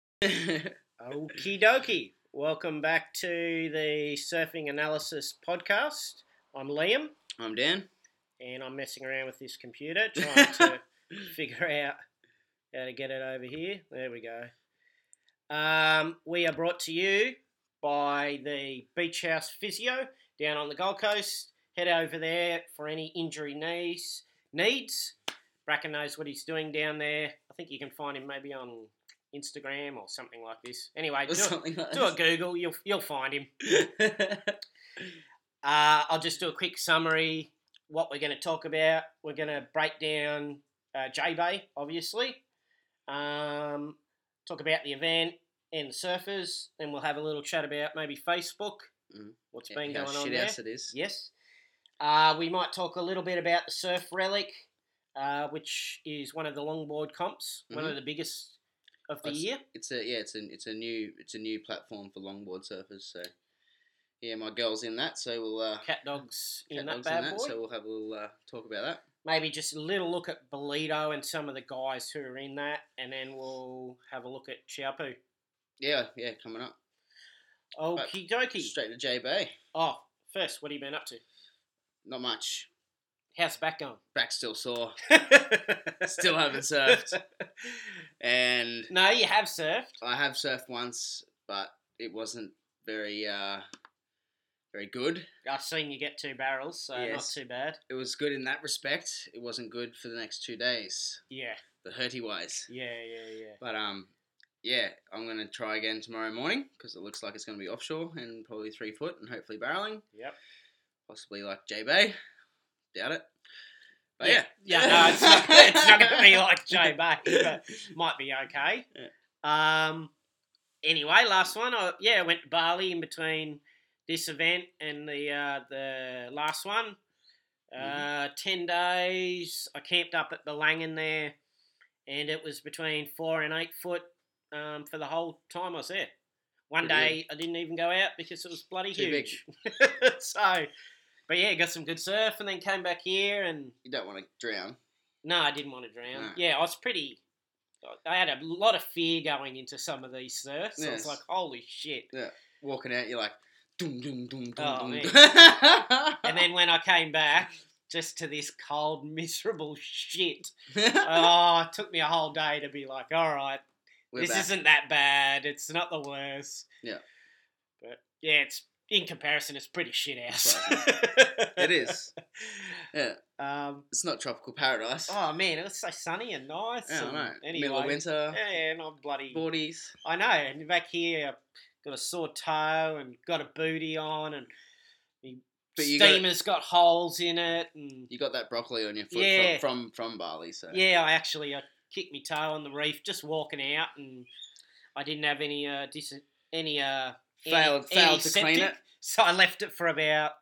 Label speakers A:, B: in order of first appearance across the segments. A: Okie dokie. Welcome back to the Surfing Analysis Podcast. I'm Liam,
B: I'm Dan.
A: and I'm messing around with this computer trying to figure out how to get it over here. There we go. Um, we are brought to you by the Beach House Physio down on the Gold Coast. Head over there for any injury knees needs. Bracken knows what he's doing down there. I think you can find him maybe on Instagram or something like this. Anyway,
B: Or
A: do a,
B: something like
A: do a Google. You'll you'll find him.
B: that.
A: Uh, I'll just do a quick summary. What we're going to talk about. We're going to break down uh, J Bay, obviously. Um, talk about the event and the surfers, and we'll have a little chat about maybe Facebook.
B: Mm.
A: What's
B: Yeah,
A: been
B: how
A: going on there?
B: shithouse it is.
A: Yes. Uh, we might talk a little bit about the Surf Relic, uh, which is one of the longboard comps, one of the biggest of
B: Mm-hmm.
A: the
B: That's-
A: year.
B: It's a yeah, it's an it's a new it's a new platform for longboard surfers. So yeah, my girl's in that. So we'll uh,
A: Cat dogs in
B: cat
A: that
B: dog's
A: bad boy.
B: So we'll have a little uh, talk about that.
A: maybe just a little look at Bolito and some of the guys who are in that, and then we'll have a look at Chiapu.
B: Yeah, yeah, coming up
A: Okie dokie.
B: straight to J Bay.
A: Oh, first, what have you been up to?
B: Not much.
A: How's the back going?
B: Back still sore. Still haven't surfed. And
A: no, you have surfed.
B: I have surfed once, but it wasn't very uh, very good.
A: I've seen you get two barrels, so
B: Yes.
A: not too bad.
B: It was good in that respect. It wasn't good for the next two days.
A: Yeah,
B: The hurty wise.
A: yeah, yeah, yeah.
B: But um, yeah, I'm gonna try again tomorrow morning because it looks like it's gonna be offshore and probably three foot and hopefully barreling,
A: Yep.
B: possibly like J Bay. Doubt it. But yeah,
A: Yeah. Yeah, no, it's not, it's not going to be like J Bay, but might be okay. Um, anyway, last one. I, yeah, I went to Bali in between this event and the uh, the last one. Uh,
B: Mm-hmm.
A: Ten days. I camped up at the Langan there, and it was between four and eight foot um, for the whole time I was there. One
B: Pretty
A: day I didn't even go out because it was bloody
B: Too big.
A: huge. so, but yeah, got some good surf, and then came back here and.
B: you don't want to drown.
A: No, I didn't want to drown.
B: No.
A: Yeah, I was pretty. I had a lot of fear going into some of these surfs. I was
B: Yes.
A: like, holy shit.
B: Walking out, you're like, doom doom doom doom. doom.
A: Oh, man. And then when I came back, just to this cold, miserable shit, oh, it took me a whole day to be like, all right,
B: We're
A: this
B: back.
A: isn't that bad. It's not the worst.
B: Yeah.
A: But yeah, it's in comparison, it's pretty shit ass.
B: It is. Yeah,
A: Um,
B: it's not tropical paradise.
A: oh, man, it was so sunny and nice.
B: I don't
A: and
B: know.
A: Anyway,
B: Middle of winter,
A: Yeah, and I'm bloody.
B: forties.
A: I know. And back here, I've got a sore toe and got a booty on, and the
B: But you got-
A: steamer's got, holes in it. And
B: You got that broccoli on your foot
A: Yeah.
B: from, from from Bali, so
A: yeah, I actually I kicked my toe on the reef just walking out, and I didn't have any uh, dis- any uh, any-
B: failed failed to clean
A: antiseptic,
B: it.
A: so I left it for about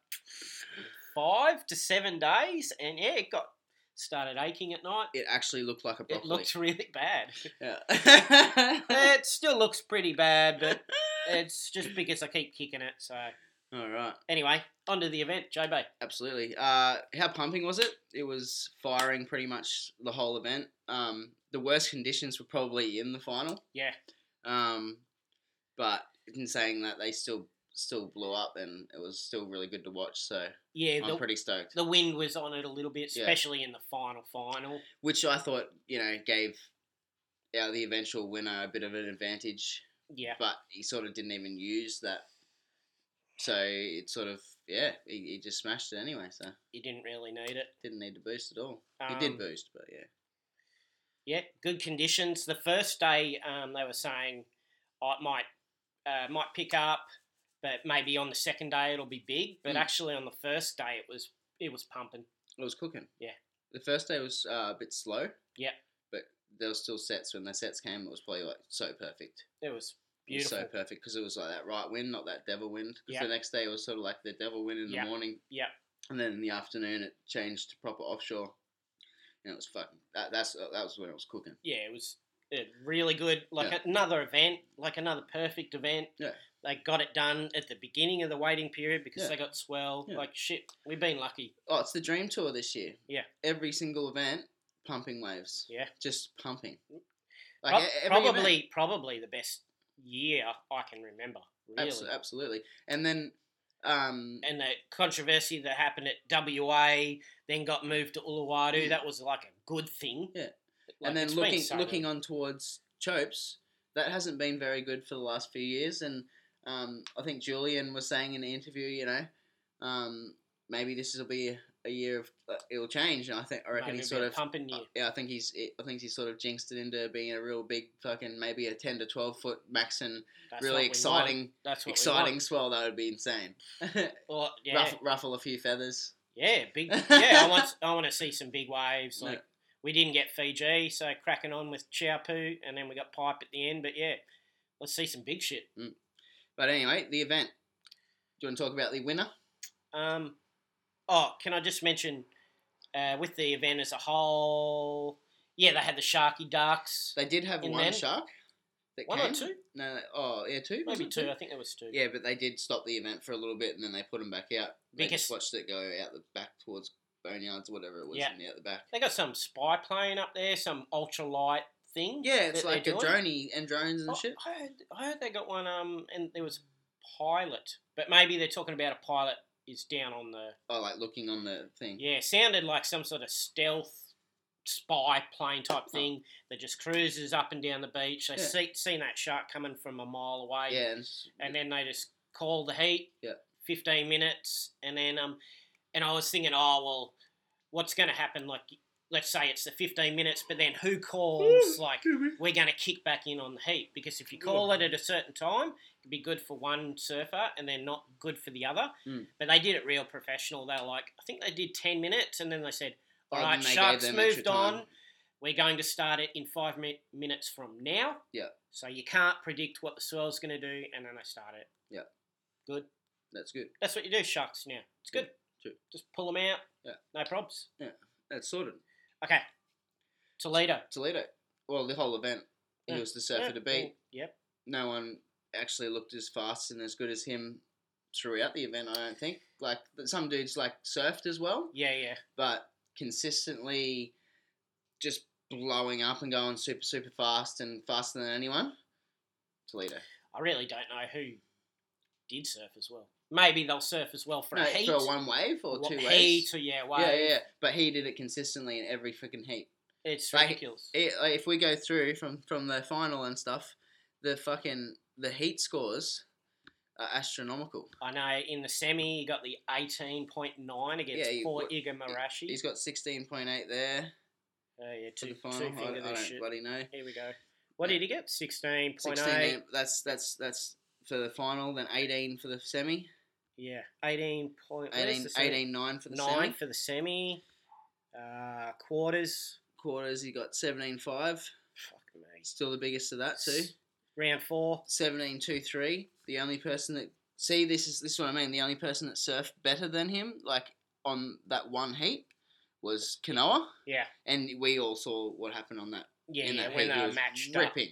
A: five to seven days, and yeah, it got started aching at night.
B: It actually looked like a
A: It
B: broccoli.
A: looked really bad.
B: Yeah.
A: it still looks pretty bad, but it's just because I keep kicking it. So
B: All right,
A: anyway, on to the event, J Bay.
B: absolutely. Uh, how pumping was it? It was firing pretty much the whole event. Um, the worst conditions were probably in the final.
A: Yeah.
B: Um, but in saying that, they still still blew up, and it was still really good to watch. So
A: Yeah,
B: I'm
A: the,
B: pretty stoked.
A: the wind was on it a little bit,
B: Yeah.
A: especially in the final final.
B: Which I thought, you know, gave uh, the eventual winner a bit of an advantage,
A: Yeah,
B: but he sort of didn't even use that. So it sort of yeah, he, he just smashed it anyway. So
A: you didn't really need it.
B: didn't need to boost at all. He
A: Um,
B: did boost, but yeah.
A: Yeah, good conditions. The first day, um, they were saying I might uh, might pick up, but maybe on the second day it'll be big. But
B: Mm.
A: actually, on the first day, it was it was pumping.
B: It was cooking.
A: Yeah.
B: The first day was uh, a bit slow.
A: Yeah.
B: But there were still sets. When the sets came, it was probably like so perfect.
A: It
B: It
A: was
B: was
A: beautiful.
B: so perfect because it was like that right wind, not that devil wind. 'Cause
A: Yeah.
B: the next day it was sort of like the devil wind in
A: Yeah.
B: the morning.
A: Yeah.
B: And then in the afternoon it changed to proper offshore. And it was fucking. That, that's uh, that was when it was cooking.
A: yeah, it was uh, really good. Like
B: Yeah.
A: another event, like another perfect event.
B: Yeah.
A: They got it done at the beginning of the waiting period because
B: Yeah.
A: they got swell.
B: Yeah.
A: Like shit, we've been lucky.
B: Oh, it's the dream tour this year.
A: Yeah.
B: Every single event, pumping waves.
A: Yeah. Mm.
B: Just pumping. Like
A: Prob-
B: e- every event.
A: probably, probably the best year I can remember. Really.
B: Abso- absolutely. And then, um,
A: And the controversy that happened at WA, then got moved to Uluwatu.
B: Mm.
A: That was like a good thing.
B: Yeah.
A: Like,
B: and then
A: it's been
B: looking
A: so
B: looking
A: good.
B: on towards Chopes, that hasn't been very good for the last few years. And um, I think Julian was saying in the interview, you know, um, maybe this will be a, a year of uh, it'll change. And I think I reckon
A: Maybe
B: he
A: a
B: sort
A: bit
B: of
A: pumping you.
B: uh, yeah, I think he's I think he's sort of jinxed it into being a real big fucking maybe a ten to twelve foot max and
A: That's what we
B: really
A: want.
B: exciting
A: That's what we
B: exciting
A: want.
B: swell. That would be insane.
A: Well, yeah,
B: ruffle, ruffle a few feathers.
A: yeah, big. Yeah, I want. I want to see some big waves.
B: No.
A: Like we didn't get Fiji, so cracking on with Chiapu, and then we got Pipe at the end. But yeah, let's see some big shit.
B: But anyway, the event. Do you want to talk about the winner?
A: Um, oh, can I just mention uh, with the event as a whole? Yeah, they had the Sharky Ducks.
B: They did have
A: In
B: one
A: then?
B: shark. That
A: One
B: came.
A: or two?
B: No, no, oh yeah, two. was
A: Maybe
B: it
A: two. I think there was two.
B: Yeah, but they did stop the event for a little bit, and then they put them back out. They
A: Because-
B: just watched it go out the back towards boneyards, whatever it was,
A: Yeah.
B: and out the back.
A: They got some spy plane up there, some ultralight thing.
B: Yeah, it's
A: that they're
B: like a
A: doing.
B: droney and drones and
A: Oh,
B: shit.
A: I heard, I heard they got one, um, and there was pilot, but maybe they're talking about a pilot is down on the.
B: Oh, like looking on the thing.
A: Yeah, sounded like some sort of stealth spy plane type thing that just cruises up and down the beach. They
B: Oh. Yeah.
A: see seen that shark coming from a mile away,
B: Yeah, and s-
A: and then they just call the heat.
B: Yeah.
A: Fifteen minutes, and then um, and I was thinking, oh well, what's going to happen? Like, let's say it's the fifteen minutes, but then who calls? like, we're going to kick back in on the heat because if you call it at a certain time, it'd be good for one surfer and then not good for the other.
B: Mm.
A: But they did it real professional. They were like, I think they did 10 minutes and then they said,
B: Oh,
A: all
B: then
A: right,
B: they gave
A: sharks
B: them extra
A: moved
B: time."
A: on. We're going to start it in five mi- minutes from now.
B: Yeah.
A: So you can't predict what the swell's going to do and then they start it.
B: Yeah.
A: Good.
B: that's good.
A: That's what you do, sharks now. It's good.
B: True.
A: Just pull them out.
B: Yeah.
A: No probs.
B: That's sorted.
A: Okay. Toledo.
B: Toledo. Well, the whole event. He
A: Yeah.
B: was the surfer
A: Yeah,
B: to beat.
A: well, Yep.
B: no one actually looked as fast and as good as him throughout the event. I don't think. Like th- some dudes like surfed as well,
A: Yeah, yeah.
B: but consistently just blowing up and going super super fast and faster than anyone. Toledo
A: I really don't know who did surf as well. Maybe they'll surf as well for
B: No,
A: a heat.
B: for a one wave or
A: Wa-
B: two
A: Heat
B: waves.
A: or yeah, wave.
B: Yeah, yeah, yeah, but he did it consistently in every freaking heat.
A: It's
B: Like,
A: ridiculous.
B: It, like, if we go through from from the final and stuff, the fucking the heat scores are astronomical.
A: I know in the semi you got the eighteen point nine against
B: Yeah, you-
A: poor
B: what-
A: Iga Marashi.
B: He's got sixteen point eight there.
A: oh yeah,
B: to
A: two,
B: the
A: two
B: final. I,
A: finger
B: I
A: this
B: don't
A: shit.
B: bloody know.
A: Here we go. What
B: Yeah.
A: did he get? Sixteen point
B: 16,
A: eight.
B: that's that's that's for the final, then 18 for the semi,
A: Yeah, eighteen point.
B: 18, 18 9 for the
A: nine
B: semi.
A: for the semi. Uh, quarters.
B: Quarters, he got 17 5,
A: Fuck me.
B: still the biggest of that too.
A: Round four.
B: 17 2 3, the only person that see this is this is what I mean, the only person that surfed better than him like on that one heat was Kanoa.
A: Yeah,
B: And we all saw what happened on that
A: yeah,
B: in
A: yeah.
B: that
A: When
B: heat.
A: they
B: he
A: were
B: was
A: matched up.
B: ripping.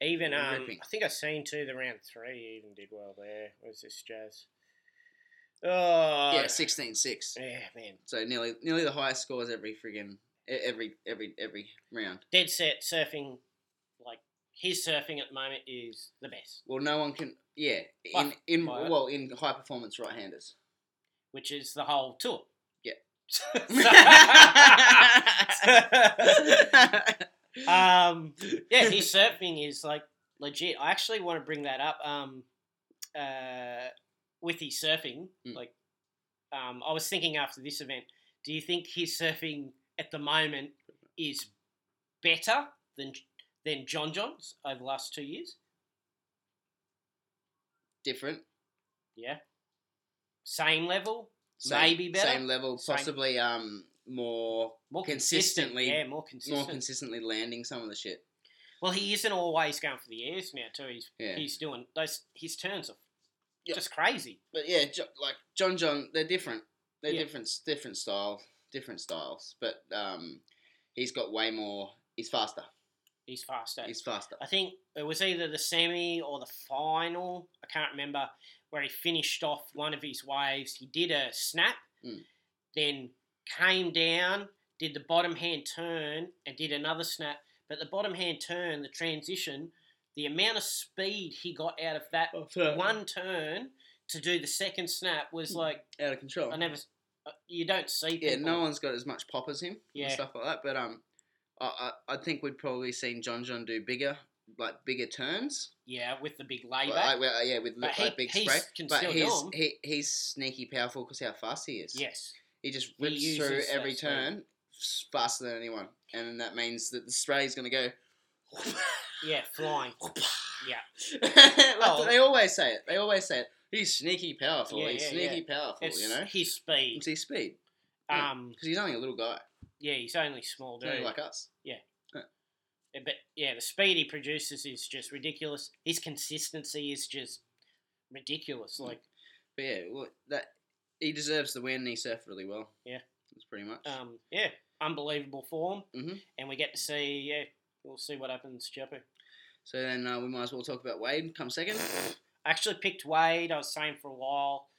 A: Even
B: Or
A: um,
B: ripping.
A: I think I seen too the round three even did well there. Was this jazz? Oh
B: Yeah, 16 6.
A: Yeah, man.
B: So nearly nearly the highest scores every friggin' e- every every every round.
A: Dead set surfing, like his surfing at the moment is the best,
B: Well, no one can. Yeah, in
A: But-
B: in
A: but-
B: well in high performance right handers.
A: which is the whole tour.
B: Yeah.
A: So- um, yeah, his surfing is like legit. I actually want to bring that up. Um, uh, with his surfing,
B: Mm.
A: like, um, I was thinking after this event, do you think his surfing at the moment is better than than John John's over the last two years?
B: Different.
A: Yeah, same level,
B: Same,
A: Maybe better?
B: Same level,
A: Same.
B: possibly um more
A: more
B: Consistently.
A: consistent. Yeah, more consistent.
B: more consistently landing some of the shit.
A: well, he isn't always going for the airs now too. He's
B: Yeah,
A: he's doing those. His turns are
B: Yeah.
A: just crazy.
B: but yeah, jo- like John John, they're different. They're
A: Yeah.
B: different, different style, different styles. But um, he's got way more. He's faster.
A: He's faster.
B: He's faster.
A: I think it was either the semi or the final. I can't remember where he finished off one of his waves. He did a snap,
B: Mm.
A: then came down, did the bottom hand turn, and did another snap. But the bottom hand turn, the transition, the amount of speed he got out of that
B: Uh,
A: one turn to do the second snap was like
B: out of control.
A: I never. uh, You don't see. People.
B: Hmm. yeah, no one's got as much pop as him
A: Yeah.
B: and stuff like that. But um, I, I I think we'd probably seen John John do bigger like bigger turns.
A: Yeah, with the big
B: Like,
A: layback.
B: like, well, yeah, with
A: But
B: like
A: he-
B: big
A: he's-
B: spray.
A: can
B: But
A: still do
B: he's
A: 'em.
B: he, he's sneaky powerful because how fast he is.
A: yes.
B: he just
A: He
B: rips
A: uses
B: through
A: that
B: every
A: speed.
B: turn s- faster than anyone, and then that means that the spray is going to go.
A: Oh. Yeah, flying. Yeah.
B: like
A: Oh.
B: they always say it. They always say it. He's sneaky powerful.
A: Yeah,
B: he's
A: yeah,
B: sneaky powerful.
A: It's
B: you know, hmm.
A: his speed.
B: it's his speed yeah.
A: Um,
B: because he's only a little guy,
A: yeah, he's only small,
B: he's
A: dude.
B: only like us.
A: Yeah, but yeah, the speed he produces is just ridiculous. His consistency is just
B: Mm.
A: ridiculous. Like,
B: But yeah, well, that he deserves the win. He surfed really well.
A: Yeah.
B: that's pretty much.
A: um, yeah, unbelievable form.
B: Mhm.
A: And we get to see. Yeah, we'll see what happens, Jeppo.
B: so then uh, we might as well talk about Wade. Come second.
A: I actually picked Wade. I was saying for a while,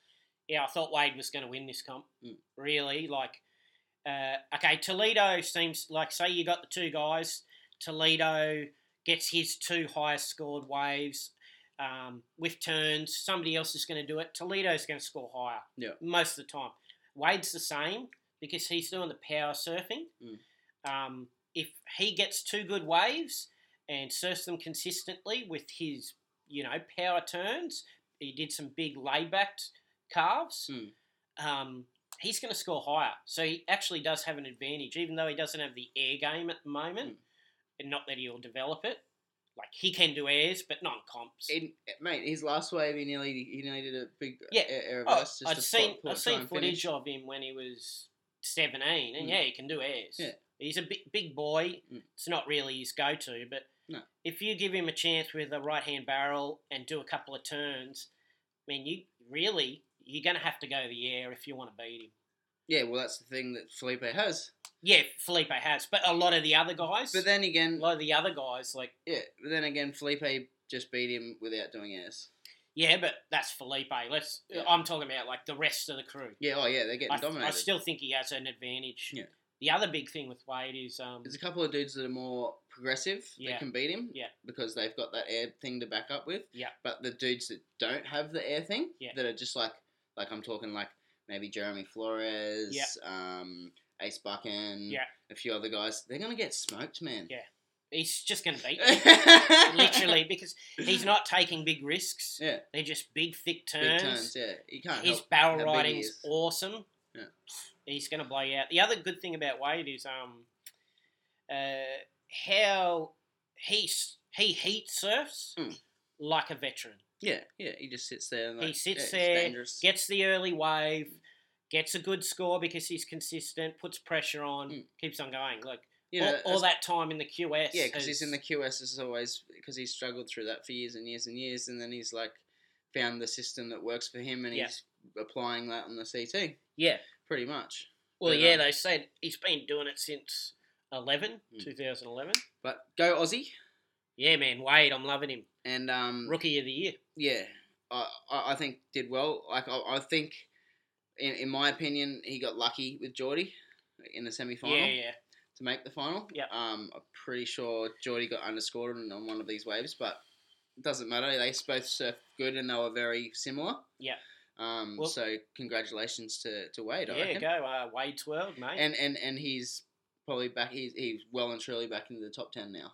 A: yeah, I thought Wade was going to win this comp.
B: Mm.
A: Really, like, uh, okay, Toledo seems like say you got the two guys. Toledo gets his two highest scored waves um, with turns. Somebody else is going to do it. Toledo's going to score higher.
B: Yeah.
A: most of the time. Wade's the same because he's doing the power surfing.
B: Mm.
A: Um, if he gets two good waves and surfs them consistently with his, you know, power turns, he did some big layback carves.
B: Mm.
A: Um, he's going to score higher, so he actually does have an advantage, even though he doesn't have the air game at the moment.
B: Mm.
A: And not that he'll develop it. Like he can do airs, but not in comps.
B: In, mate, his last wave, he nearly he nearly did a big
A: Yeah.
B: air, air
A: Oh,
B: reverse.
A: I'd
B: to
A: seen
B: pull- pull
A: I'd
B: it, try
A: seen
B: and
A: footage
B: finish.
A: of him when he was seventeen, and
B: Mm.
A: yeah, he can do airs.
B: Yeah.
A: He's a big, big boy.
B: Mm.
A: It's not really his go-to, but
B: No.
A: if you give him a chance with a right-hand barrel and do a couple of turns, I mean, you really you're going to have to go the air if you want to beat him.
B: Yeah, well, that's the thing that Felipe has.
A: Yeah, Felipe has, but a lot of the other guys,
B: But then
A: a
B: again,
A: lot of the other guys, like
B: yeah, but then again, Felipe just beat him without doing airs.
A: yeah, but that's Felipe. Let's
B: Yeah.
A: I'm talking about like the rest of the crew.
B: Yeah, oh yeah, they're getting
A: I,
B: dominated.
A: I still think he has an advantage.
B: Yeah.
A: The other big thing with Wade is um,
B: There's a couple of dudes that are more progressive
A: Yeah.
B: that can beat him.
A: Yeah.
B: Because they've got that air thing to back up with.
A: Yeah.
B: But the dudes that don't have the air thing,
A: Yeah.
B: that are just like, like I'm talking like maybe Jeremy Flores,
A: Yeah.
B: um, Ace Bucken,
A: Yeah.
B: a few other guys, they're going to get smoked, man.
A: Yeah. he's just going to beat you. literally because he's not taking big risks.
B: Yeah.
A: They're just big, thick
B: Big
A: turns.
B: turns, yeah. You can't
A: His
B: help. how
A: barrel
B: big he
A: riding's
B: is.
A: awesome.
B: Yeah.
A: He's going to blow you out. The other good thing about Wade is um, uh, how he s- he heat surfs
B: Mm.
A: like a veteran.
B: Yeah, yeah. He just sits there. And
A: He
B: like,
A: sits
B: yeah, it's
A: there,
B: dangerous.
A: Gets the early wave, gets a good score because he's consistent, puts pressure on,
B: Mm.
A: keeps on going. Like
B: you know,
A: all, all
B: that's-
A: that time in the QS.
B: Yeah, because he's
A: is-
B: in the QS is always because he's struggled through that for years and years and years, and then he's like found the system that works for him, and
A: Yeah.
B: he's applying that on the CT
A: yeah.
B: pretty much.
A: Well,
B: But,
A: yeah,
B: um,
A: they said he's been doing it since 11,
B: Mm.
A: 2011.
B: But go Aussie,
A: Yeah, man, Wade, I'm loving him.
B: and um,
A: Rookie of the year.
B: yeah, I, I I think did well. Like I, I think, in, in my opinion, he got lucky with Geordie in the semi final
A: Yeah, yeah.
B: to make the final.
A: Yep.
B: Um, I'm pretty sure Geordie got underscored on on one of these waves, but it doesn't matter. They both surfed good and they were very similar.
A: Yeah.
B: Um,
A: Well-
B: so congratulations to, to Wade. I
A: yeah,
B: reckon.
A: go uh, Wade's world, mate.
B: And and and he's probably back. He's he's well and truly back into the top ten now.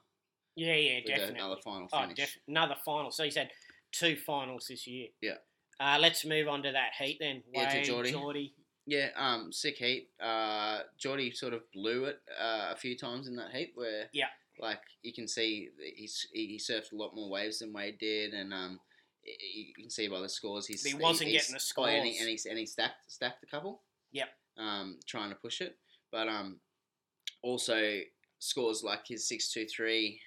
A: yeah, yeah,
B: with
A: definitely.
B: another final
A: oh,
B: finish.
A: def- another final. So he's had two finals this year.
B: Yeah.
A: Uh, let's move on to that heat then.
B: Yeah, to
A: Wade,
B: Geordie.
A: Geordie.
B: yeah. Um, sick heat. Uh, Geordie sort of blew it uh, a few times in that heat where
A: Yeah.
B: like you can see that he's he, he surfed a lot more waves than Wade did, and um. y- y- You can see by the scores he's
A: He wasn't
B: he's-
A: getting the
B: oh, and he,
A: scores.
B: and he, and he stacked stacked a couple.
A: Yep.
B: Um, trying to push it, but um, also scores like his six two three,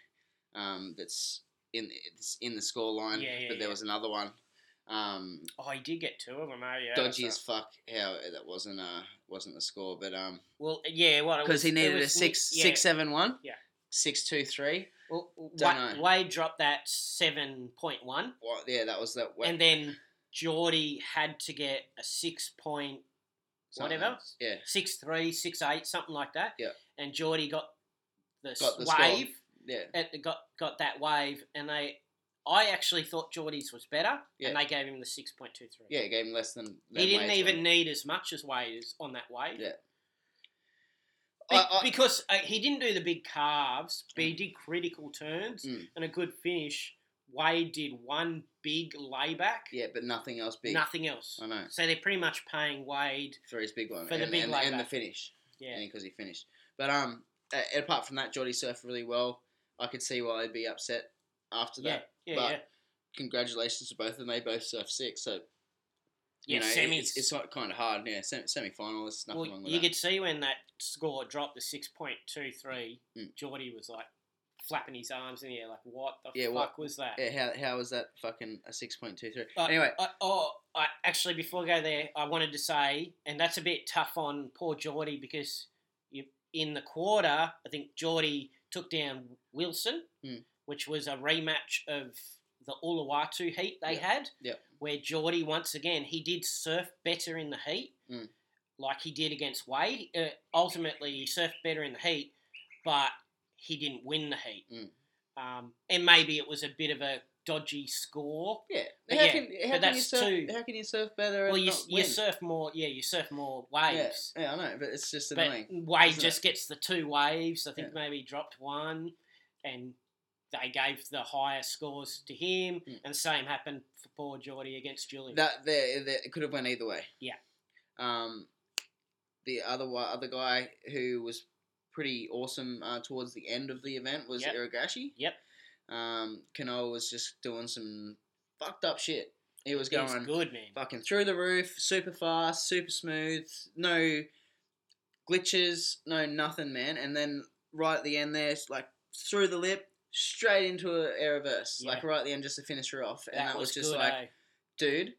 B: um, that's in it's in the score line.
A: Yeah, yeah,
B: but there
A: yeah.
B: was another one. Um,
A: Oh, he did get two of them, eh? Yeah.
B: dodgy
A: so-
B: as fuck how that wasn't uh wasn't the score, but um
A: Well, yeah, well, it
B: because
A: was-
B: he
A: it
B: needed
A: was
B: a six
A: Nick-
B: six
A: yeah.
B: seven one.
A: Yeah.
B: Six two three.
A: Well,
B: Dunno.
A: Wa- Wade dropped that 7.1.
B: What? Yeah, that was that.
A: And then Geordie had to get a six point
B: something.
A: whatever.
B: uh, Yeah,
A: six three, six eight, something like that.
B: Yeah.
A: And Geordie got the,
B: Got the
A: wave,
B: Yeah.
A: it got got that wave, and they. I actually thought Geordie's was better,
B: Yeah.
A: and they gave him the six point two three.
B: Yeah, it gave him less than. than
A: He didn't
B: Wade's
A: even
B: one.
A: need as much as Wade is on that wave.
B: Yeah.
A: Be-
B: I- I-
A: because uh, he didn't do the big carves, but he did critical turns
B: Mm.
A: and a good finish. Wade did one big layback,
B: Yeah, but nothing else big.
A: nothing else.
B: I know.
A: So they're pretty much paying Wade.
B: for his big one
A: For
B: and,
A: the big
B: and,
A: layback.
B: and the finish
A: Yeah,
B: because he finished. But um, a- apart from that, Geordie surfed really well. I could see why he'd be upset after
A: yeah,
B: that.
A: yeah,
B: but,
A: yeah.
B: Congratulations to both of them. They both surfed six, so you
A: Yeah,
B: know
A: semis.
B: it's it's not kind of hard. Yeah, semi finalists, nothing
A: well,
B: wrong with
A: you
B: that.
A: could see when that score dropped to six point two three.
B: Mm.
A: Geordie was like flapping his arms in the air, like, "What the
B: Yeah,
A: fuck
B: what-
A: was that?"
B: yeah, how how was that fucking a six point two three?
A: Uh,
B: anyway,
A: I, oh, I, actually, before I go there, I wanted to say, and that's a bit tough on poor Geordie because you, in the quarter, I think Geordie took down Wilson,
B: Mm.
A: which was a rematch of the Uluwatu heat they
B: Yep,
A: had,
B: yep.
A: where Geordie, once again, he did surf better in the heat,
B: Mm.
A: like he did against Wade. Uh, ultimately, he surfed better in the heat, but he didn't win the heat.
B: Mm.
A: Um, and maybe it was a bit of a dodgy score
B: yeah,
A: but
B: how
A: yeah,
B: can how can you
A: that's
B: surf?
A: two-
B: How can you surf better?
A: Well,
B: and
A: you,
B: not
A: you
B: win?
A: surf more. Yeah, you surf more
B: Yeah,
A: waves.
B: yeah, I know, but it's just annoying.
A: but Wade
B: isn't
A: just gets the two waves. I think
B: Yeah.
A: maybe he dropped one, and they gave the higher scores to him.
B: Mm.
A: And same happened for poor Geordie against Julian.
B: That there, there it could have went either way.
A: Yeah.
B: Um, the other wa- other guy who was pretty awesome uh, towards the end of the event was
A: Yep.
B: Iragashi.
A: Yep.
B: Um, Kanoa was just doing some fucked up shit. He was
A: He's
B: going
A: good, man.
B: fucking through the roof, super fast, super smooth, no glitches, no nothing, man. And then right at the end, there, it's like through the lip, straight into a air reverse,
A: Yeah.
B: like right at the end, just to finish her off. And that, was, just
A: good,
B: like
A: eh?
B: dude,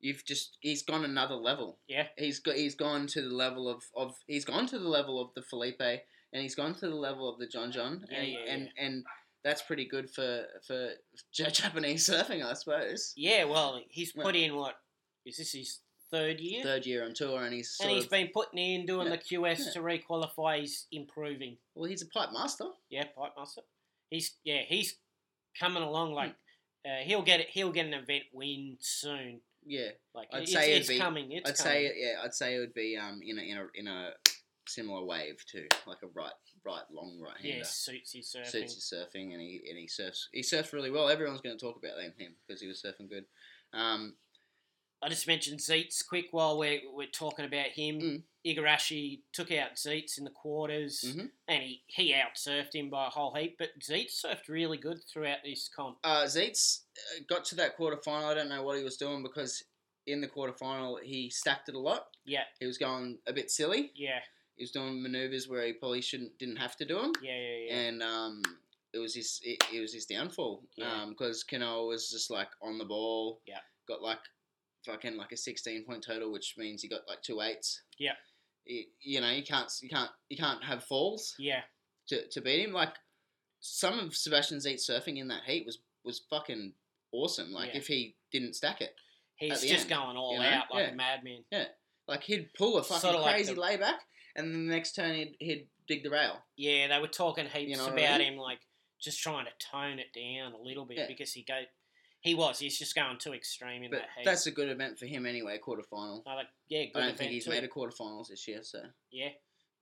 B: you've just he's gone another level.
A: Yeah.
B: He's got he's gone to the level of, of he's gone to the level of the Felipe and he's gone to the level of the John John
A: Yeah,
B: and
A: yeah,
B: and, and that's pretty good for for Ja- Japanese surfing, I suppose.
A: yeah. Well, he's
B: Yeah.
A: put in what is this his third year?
B: Third year on tour and he's sort
A: and he's
B: of,
A: been putting in doing
B: Yeah.
A: the QS
B: Yeah.
A: to requalify. He's improving.
B: well, he's a pipe master.
A: Yeah, pipe master. He's yeah, he's coming along. Like uh, he'll get it. He'll get an event win soon.
B: Yeah,
A: Like
B: I'd
A: it's,
B: say it'd
A: it's
B: be-
A: coming. It's
B: I'd
A: coming.
B: say yeah, I'd say it would be um in a in a in a similar wave too, like a right right long right
A: yeah,
B: hander.
A: suits his surfing.
B: suits his surfing and he and he surfs he surfs really well. Everyone's going to talk about him because he was surfing good. Um,
A: I just mentioned Zeitz quick while we're we're talking about him.
B: Mm.
A: Igarashi took out Zeitz in the quarters,
B: Mhm.
A: and he he out surfed him by a whole heap. But Zeitz surfed really good throughout this comp.
B: uh, Zeitz uh, got to that quarterfinal. I don't know what he was doing because in the quarterfinal he stacked it a lot.
A: Yeah,
B: He was going a bit silly.
A: yeah,
B: He was doing maneuvers where he probably shouldn't didn't have to do them,
A: yeah, yeah, yeah.
B: and um, it was his it, it was his downfall
A: Yeah.
B: because Kanoa was just like on the ball.
A: Yeah.
B: got like fucking like a sixteen point total, which means he got like two eights.
A: Yeah.
B: It- you know you can't you can't you can't have falls.
A: yeah,
B: to, to beat him. Like some of Sebastian Zeet's surfing in that heat was was fucking awesome. Like
A: Yeah.
B: if he didn't stack it,
A: he's
B: the
A: just
B: end,
A: going all
B: you know?
A: out like
B: Yeah.
A: a madman.
B: like he'd pull a fucking
A: Sorta like
B: crazy
A: the-
B: layback, and then the next turn he'd, he'd dig the rail.
A: Yeah, they were talking heaps
B: know what I
A: about
B: mean?
A: him, like just trying to tone it down a little bit
B: Yeah.
A: because he go, he was, he's just going too extreme in
B: But
A: that heat.
B: that's a good event for him anyway. Quarterfinal.
A: I like, yeah, good
B: I don't
A: event
B: think he's
A: too.
B: made a quarterfinals this year, so
A: yeah.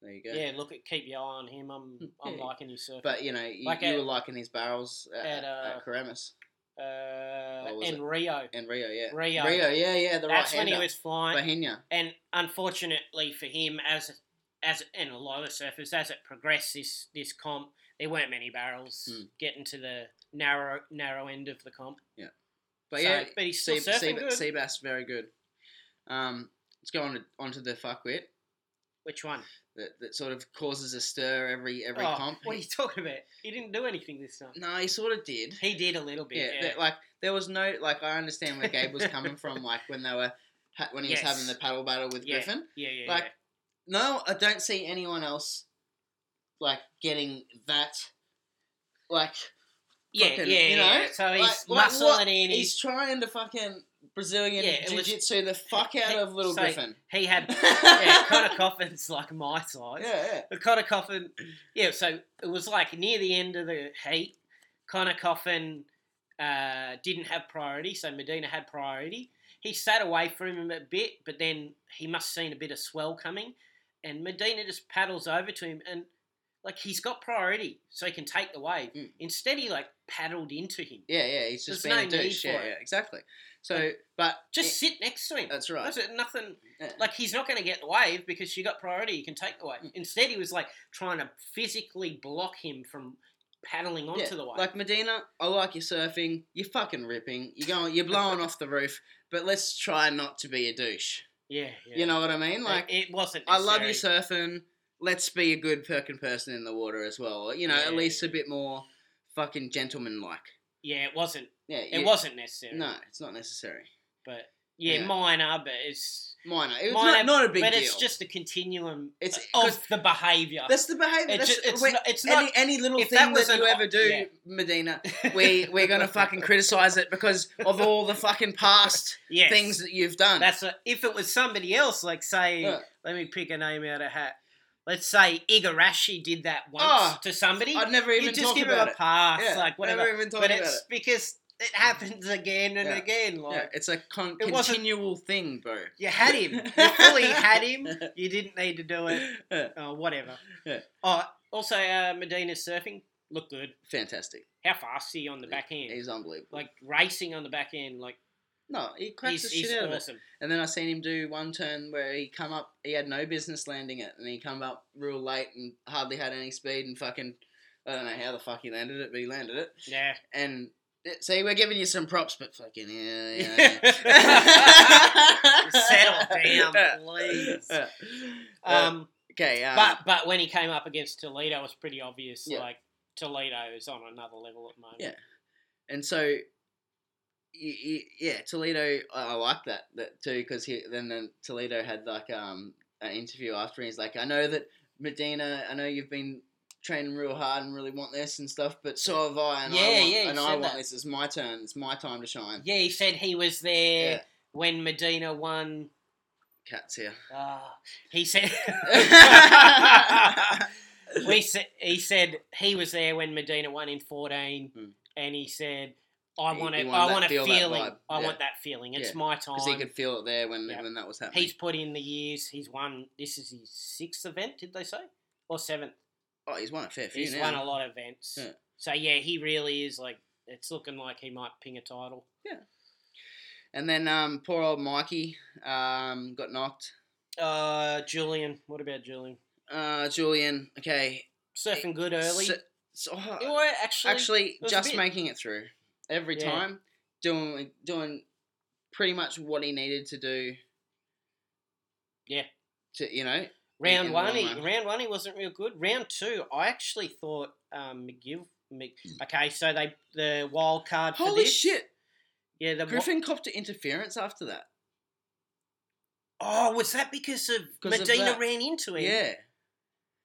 B: there you go.
A: yeah, Look at keep your eye on him. I'm, I'm
B: Yeah.
A: liking his surf.
B: But you know, you,
A: Like
B: you
A: at-
B: were liking his barrels at, at,
A: at, uh,
B: Karamas
A: uh,
B: was
A: and
B: it?
A: Rio,
B: and Rio, yeah.
A: Rio,
B: Rio, yeah, yeah, the
A: that's
B: right
A: when he
B: hander.
A: was flying.
B: Bahena.
A: and unfortunately for him, as as and a lot of surfers, as it progressed this this comp, there weren't many barrels
B: Hmm.
A: getting to the narrow narrow end of the comp.
B: But
A: So-
B: yeah,
A: but he's still
B: Sea-
A: surfing
B: Sea-
A: good.
B: Seabass very good. Um, let's go on to, onto the fuckwit.
A: Which one?
B: that, that sort of causes a stir every every
A: Oh,
B: comp.
A: What are you talking about? He didn't do anything this time.
B: no, he sort of did.
A: He did a little bit.
B: Yeah,
A: Yeah,
B: that- like there was no like I understand where Gabe was coming from. Like when they were ha- when he was having
A: Yes.
B: the paddle battle with
A: Yeah.
B: Griffin.
A: yeah, yeah.
B: like,
A: yeah.
B: No, I don't see anyone else like getting that. Like
A: yeah,
B: fucking,
A: yeah,
B: you
A: yeah.
B: know,
A: so he's
B: like- like
A: muscling
B: what-
A: in.
B: he's
A: He's,
B: trying to fucking Brazilian
A: Yeah, it was-
B: jiu-jitsu the fuck out of Little
A: So-
B: Griffin.
A: He had yeah, Connor Coffin's like my size.
B: Yeah, yeah.
A: But Connor Coffin, yeah, so it was like near the end of the heat. Connor Coffin uh, didn't have priority, so Medina had priority. He sat away from him a bit, but then he must have seen a bit of swell coming, and Medina just paddles over to him and. Like he's got priority, so he can take the wave.
B: Mm.
A: Instead, he like paddled into him.
B: Yeah, yeah, he's just
A: There's
B: being
A: no
B: a
A: need
B: douche.
A: for
B: Yeah,
A: it.
B: yeah, exactly. So, but
A: Just sit next to him.
B: that's right.
A: That's it, nothing.
B: Yeah.
A: Like he's not going to get the wave because you got priority. You can take the wave.
B: Mm.
A: Instead, he was like trying to physically block him from paddling onto
B: Yeah,
A: the wave.
B: Like Medina, I like your surfing. You're fucking ripping. You're going. You're blowing off the roof. But let's try not to be a douche.
A: yeah, yeah,
B: You know what I mean?
A: It-
B: Like
A: it, wasn't.
B: I love you
A: necessary.
B: surfing. Let's be a good fucking person in the water as well. You know, at
A: Yeah.
B: least a bit more fucking gentleman like.
A: Yeah, it wasn't.
B: Yeah,
A: It
B: you-
A: wasn't necessary.
B: No, it's not necessary.
A: but yeah,
B: Yeah.
A: minor, but it's
B: Minor. It was
A: Minor,
B: not, not a big
A: but
B: deal.
A: it's just a continuum
B: It's-
A: of
B: 'cause
A: the behaviour.
B: that's the behaviour.
A: It
B: that's
A: ju- it's
B: wait,
A: not, it's
B: any,
A: not.
B: any little
A: if
B: thing
A: that
B: that,
A: was an
B: you
A: op-
B: ever do,
A: yeah.
B: Medina, we we're gonna fucking criticize it because of all the fucking past
A: Yes.
B: things that you've done.
A: That's a, if it was somebody else, like say,
B: Yeah.
A: let me pick a name out of hat. Let's say Igarashi did that once
B: Oh,
A: to somebody.
B: I'd never even
A: you just
B: talk
A: give
B: about
A: him a
B: it.
A: pass,
B: Yeah,
A: like whatever.
B: Never even talk
A: But
B: about
A: it's
B: it.
A: because it happens again and
B: Yeah.
A: again.
B: Yeah,
A: Like
B: it's a con-
A: It wasn't-
B: continual thing, bro.
A: you had him, you fully had him. You didn't need to do it. Oh, whatever.
B: Yeah.
A: Oh, also uh, Medina surfing looked good.
B: Fantastic.
A: How fast he on the back end?
B: He's unbelievable.
A: Like racing on the back end, like
B: no, he cracks
A: he's,
B: the shit
A: he's
B: out of it.
A: awesome.
B: And then I seen him do one turn where he come up, he had no business landing it, and he come up real late and hardly had any speed and fucking, I don't know how the fuck he landed it, but he landed it.
A: Yeah.
B: And it- see, we're giving you some props, but fucking yeah, yeah. yeah.
A: Settle down,
B: Yeah.
A: please.
B: Yeah.
A: Um,
B: Uh, okay, um,
A: But but when he came up against Toledo, it was pretty obvious.
B: Yeah.
A: Like Toledo is on another level at the moment.
B: Yeah. and so. y- y- Yeah, Toledo. I I like that, that too because he then, then Toledo had like um an interview after. And he's like, I know that Medina. I know you've been training real hard and really want this and stuff, but so have I. And I
A: Yeah,
B: want,
A: yeah, he
B: and
A: said
B: I want
A: that.
B: this. It's my turn. It's my time to shine.
A: Yeah, he said he was there
B: Yeah.
A: when Medina won.
B: Cats here.
A: Uh, he said. we said he said he was there when Medina won in fourteen,
B: Hmm.
A: and he said, "I
B: He-
A: want
B: he
A: it.
B: wanted
A: I
B: that
A: want a
B: feel, that
A: feeling.
B: vibe."
A: I
B: Yeah.
A: want that feeling. It's
B: Yeah.
A: my time."
B: because he could feel it there when
A: Yeah.
B: when that was happening.
A: He's put in the years. He's won. This is his sixth event. Did they say or seventh?
B: oh, he's won a fair few
A: He's
B: now.
A: won a lot of events.
B: Yeah.
A: So yeah, he really is like it's looking like he might ping a title.
B: And then um, poor old Mikey um, got knocked.
A: Uh, Julian, what about Julian?
B: Uh, Julian, okay,
A: Surfing good early.
B: so- so- oh,
A: You were actually,
B: actually,
A: it was a
B: just
A: bit-
B: making it through every
A: Yeah.
B: time, doing doing pretty much what he needed to do.
A: Yeah.
B: To you know, in
A: round
B: the
A: one,
B: long
A: he,
B: run.
A: round one he wasn't real good. Round two, I actually thought um, McGill. Mc, okay, so they the wild card. For
B: holy
A: this,
B: shit!
A: Yeah, the wa-
B: Griffin copped to interference after that.
A: Oh, was that because of
B: 'Cause of
A: Medina
B: that.
A: ran into him?
B: Yeah,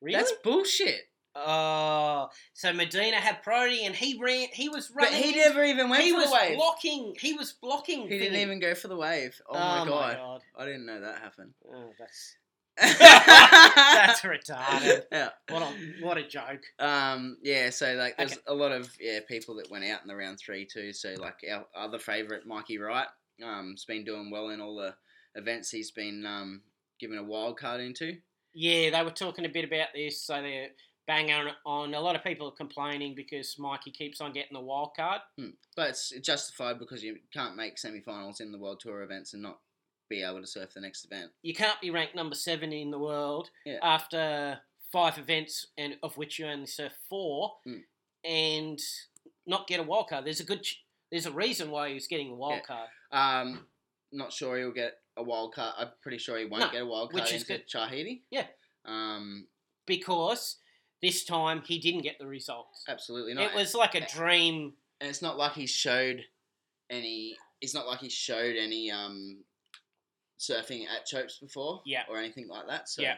A: really.
B: that's bullshit.
A: oh, so Medina had priority, and he ran. He was
B: But
A: running.
B: he
A: into-
B: never even went
A: He
B: for
A: was
B: the wave.
A: blocking. He was blocking.
B: He didn't
A: Finney.
B: even go for the wave. Oh, my, god. I didn't know that happened.
A: Oh, that's that's retarded.
B: yeah.
A: What a what a joke.
B: Um, yeah, so like there's
A: Okay.
B: a lot of yeah people that went out in the round three too. So like our other favourite, Mikey Wright, um, has been doing well in all the events he's been um given a wild card into.
A: Yeah, they were talking a bit about this, so they're banging on, on. A lot of people are complaining because Mikey keeps on getting the wild card.
B: But it's justified because you can't make semi-finals in the World Tour events and not be able to surf the next event.
A: You can't be ranked number seven in the world
B: Yeah.
A: after five events, and of which you only surf four,
B: Mm.
A: and not get a wild card. There's a good. Ch- there's a reason why he was getting the wild
B: Yeah.
A: card.
B: Um, not sure he'll get a wild card. I'm pretty sure he won't
A: No,
B: get a wild
A: which
B: card
A: is
B: into
A: good.
B: Chahidi.
A: Yeah.
B: Um,
A: because this time he didn't get the results.
B: absolutely not.
A: it was like a
B: Yeah.
A: dream.
B: and it's not like he showed any. It's not like he showed any um, surfing at Chopes before,
A: Yeah.
B: or anything like that. So
A: Yeah.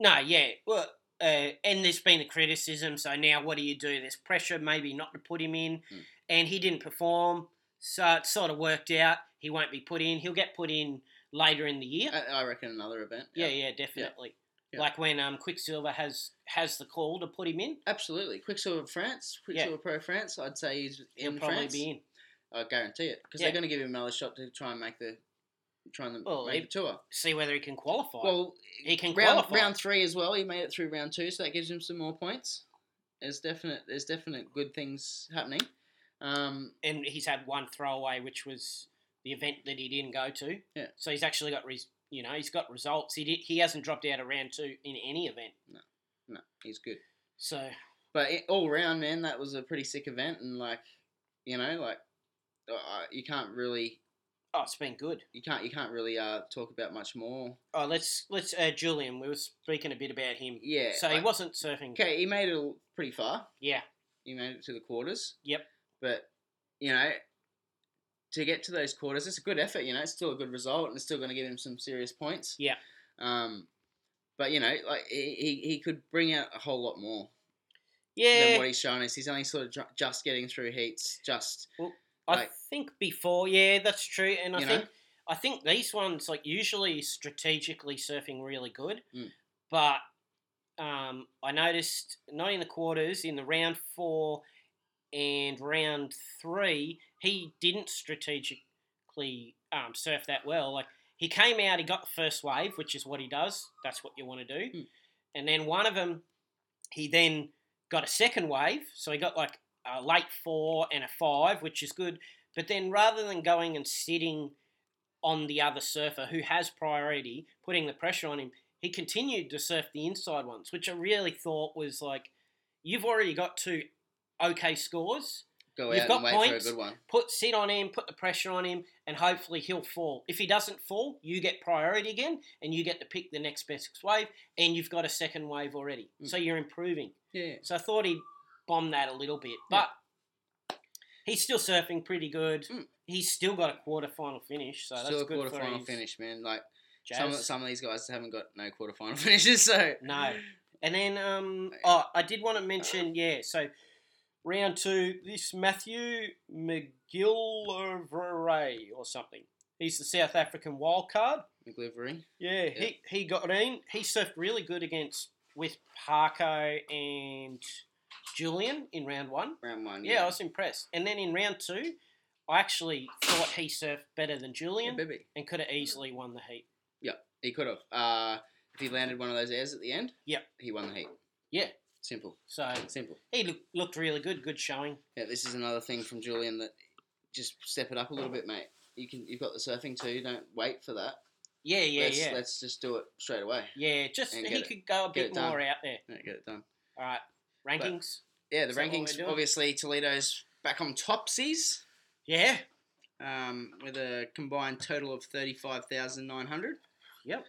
A: No, yeah. Well, uh, and there's been the criticism. So now, what do you do? There's pressure, maybe not to put him in,
B: Mm.
A: and he didn't perform. So it's sort of worked out. He won't be put in. He'll get put in later in the year.
B: I, I reckon another event.
A: yeah, yeah, definitely.
B: Uh, Yeah.
A: Like when um, Quicksilver has has the call to put him in,
B: Absolutely. Quicksilver France,
A: Yeah.
B: Quicksilver Pro France, I'd say he's
A: he'll
B: in
A: probably
B: France.
A: be in.
B: I guarantee it. Because
A: Yeah.
B: they're going to give him another shot to try and make the try and
A: Well,
B: make
A: they-
B: the tour.
A: See whether he can qualify.
B: Well,
A: he can
B: round,
A: qualify.
B: round three as well. He made it through round two, so that gives him some more points. There's definite there's definite good things happening. Um,
A: and he's had one throwaway, which was the event that he didn't go to.
B: Yeah.
A: So he's actually got, res- you know, he's got results. He did, he hasn't dropped out of round two in any event.
B: no, he's good.
A: So
B: But it, all round, man, that was a pretty sick event, and like, you know, like, uh, you can't really
A: oh, it's been good.
B: you can't you can't really uh talk about much more.
A: Oh, let's let's uh, Julian. We were speaking a bit about him.
B: Yeah.
A: so he
B: like-
A: wasn't surfing.
B: okay. He made it all pretty far.
A: Yeah,
B: He made it to the quarters.
A: Yep.
B: But you know, to get to those quarters, it's a good effort. You know, it's still a good result, and it's still going to give him some serious points.
A: Yeah.
B: Um, but you know, like he, he, he could bring out a whole lot more than
A: yeah.
B: what he's shown us. He's only sort of ju- just getting through heats, just
A: I
B: like-
A: think before. Yeah, that's true. And I
B: You know?
A: think I think these ones like usually strategically surfing really good,
B: Mm.
A: but um, I noticed not in the quarters in the round four and round three he didn't strategically um, surf that well. Like he came out, he got the first wave, which is what he does. That's what you want to do.
B: Mm.
A: And then one of them, he then got a second wave, so he got like a late four and a five, which is good. But then rather than going and sitting on the other surfer who has priority, putting the pressure on him, he continued to surf the inside ones, which I really thought was like, you've already got two okay scores.
B: go
A: You've
B: out
A: got
B: and wait
A: points.
B: for a good one.
A: Put sit on him, put the pressure on him, and hopefully he'll fall. If he doesn't fall, you get priority again, and you get to pick the next best wave, and you've got a second wave already.
B: Mm.
A: So you're improving.
B: Yeah.
A: So I thought he bombed that a little bit, but he's still surfing pretty good.
B: Mm.
A: He's still got a quarterfinal finish, so
B: still a
A: that's good for
B: quarterfinal
A: his
B: finish, man. Like some of,
A: Jazz.
B: some of these guys haven't got no quarterfinal finishes, so
A: No. And then, um,
B: Yeah.
A: oh, I did want to mention, yeah. So round two, this Matthew McGillivray or something. He's the South African wild card.
B: McGlivery.
A: Yeah, he, he got in. He surfed really good against with Parko and Julian in round one.
B: round one.
A: Yeah, I was impressed. And then in round two, I actually thought he surfed better than
B: yeah
A: Julian
B: Bibby.
A: and could have easily won the heat.
B: He could have. Uh, if he landed one of those airs at the end,
A: Yep.
B: he won the heat.
A: Yeah.
B: Simple.
A: So
B: Simple.
A: he look, looked really good. Good showing.
B: Yeah, this is another thing from Julian that just step it up a little bit, mate. You can you've got the surfing too, don't wait for that.
A: Yeah, yeah,
B: let's,
A: yeah.
B: let's just do it straight away.
A: Yeah, just
B: And
A: he
B: get it-
A: could go a
B: get
A: bit
B: it done.
A: more out there.
B: Yeah, get it done.
A: All right, rankings.
B: Yeah, the
A: Is that what we're
B: rankings
A: doing?
B: obviously Toledo's back on topsies.
A: yeah,
B: Um, with a combined total of thirty five thousand nine hundred.
A: Yep.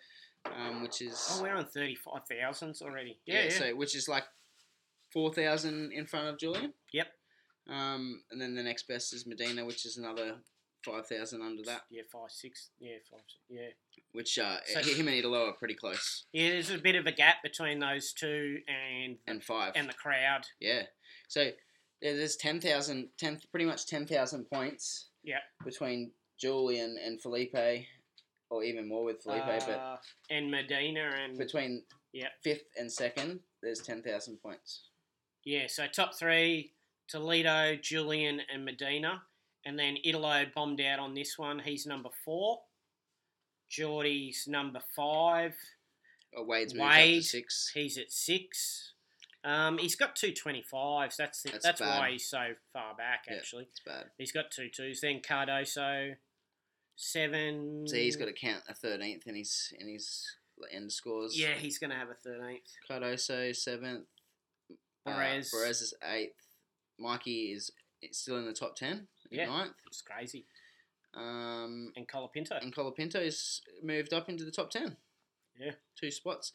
B: Um, which is
A: oh, we're on thirty-five thousands already.
B: Yeah,
A: Yeah, yeah,
B: so which is like four thousand in front of Julian.
A: Yep.
B: Um, and then the next best is Medina, which is another five thousand under that.
A: yeah, five, six, yeah, five, six, yeah.
B: Which uh,
A: So-
B: him and Idolo are pretty close.
A: Yeah, there's a bit of a gap between those two and
B: And five.
A: and the crowd.
B: yeah. So yeah, there's 10,000, 10, pretty much ten thousand points.
A: Yep.
B: Between Julian and Felipe, or even more with Felipe, but
A: uh, and Medina and
B: between
A: Yep.
B: fifth and second, there's ten thousand points.
A: Yeah, so top three Toledo, Julian, and Medina. And then Italo bombed out on this one. He's number four. Geordie's number five.
B: Oh, Wade's moved up to
A: Wade.
B: six.
A: He's at six. Um, he's got two 25s. That's, it.
B: That's
A: that's, why
B: bad.
A: he's so far back,
B: Yeah.
A: actually.
B: It's bad.
A: He's got two twos. Then Cardoso, seven.
B: So he's got to count a thirteenth in his in his end scores.
A: Yeah, he's going to have a 13th.
B: Cardoso seventh. uh,
A: Perez.
B: Perez is eighth. Mikey is is still in the top ten. in
A: Yeah.
B: Ninth.
A: It's crazy.
B: Um,
A: And Colapinto.
B: and Colapinto's moved up into the top ten.
A: Yeah.
B: Two spots.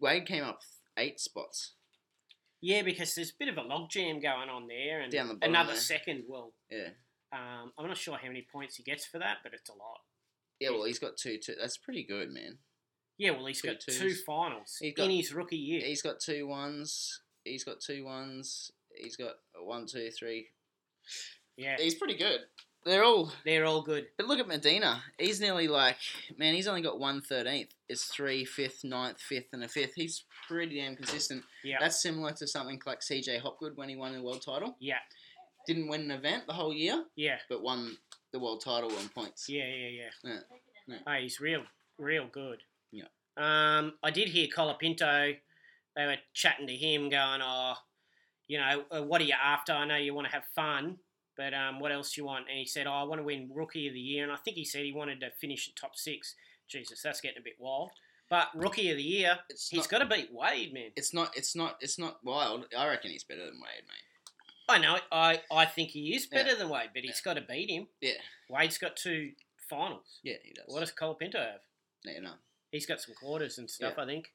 B: Wade came up eight spots.
A: Yeah, because there's a bit of a logjam going on there. And
B: Down the bottom
A: another
B: there.
A: second will
B: Yeah.
A: Um, I'm not sure how many points he gets for that, but it's a lot.
B: Yeah. Well, he's got two. Two. That's pretty good, man.
A: Yeah, well, he's
B: Two
A: got
B: twos.
A: two finals
B: He's got-
A: in his rookie year.
B: He's got two ones. He's got two ones. He's got one, two, three.
A: yeah,
B: He's pretty good. they're all.
A: They're all good.
B: But look at Medina. He's nearly like man. He's only got one thirteenth. It's three fifth, ninth, fifth, and a fifth. He's pretty damn consistent.
A: Yeah.
B: That's similar to something like CJ Hopgood when he won the world title.
A: yeah.
B: Didn't win an event the whole year,
A: Yeah.
B: but won the world title on points.
A: Yeah. Yeah. Yeah.
B: Yeah.
A: Hey, he's real, real good.
B: Yeah.
A: Um, I did hear Colapinto. They were chatting to him, going, "Oh, you know, uh, what are you after? I know you want to have fun, but um, what else you want?" And he said, "Oh, I want to win Rookie of the Year." And I think he said he wanted to finish at top six. Jesus, that's getting a bit wild. But Rookie of the Year,
B: It's
A: he's
B: not,
A: got to beat Wade, man.
B: It's not. It's not. It's not wild. I reckon he's better than Wade, mate.
A: I know. I I think he is
B: Yeah.
A: better than Wade, but he's got to beat him.
B: Yeah.
A: Wade's got two finals.
B: Yeah, he does.
A: What does Colapinto have?
B: Yeah, no.
A: He's got some quarters and stuff. I think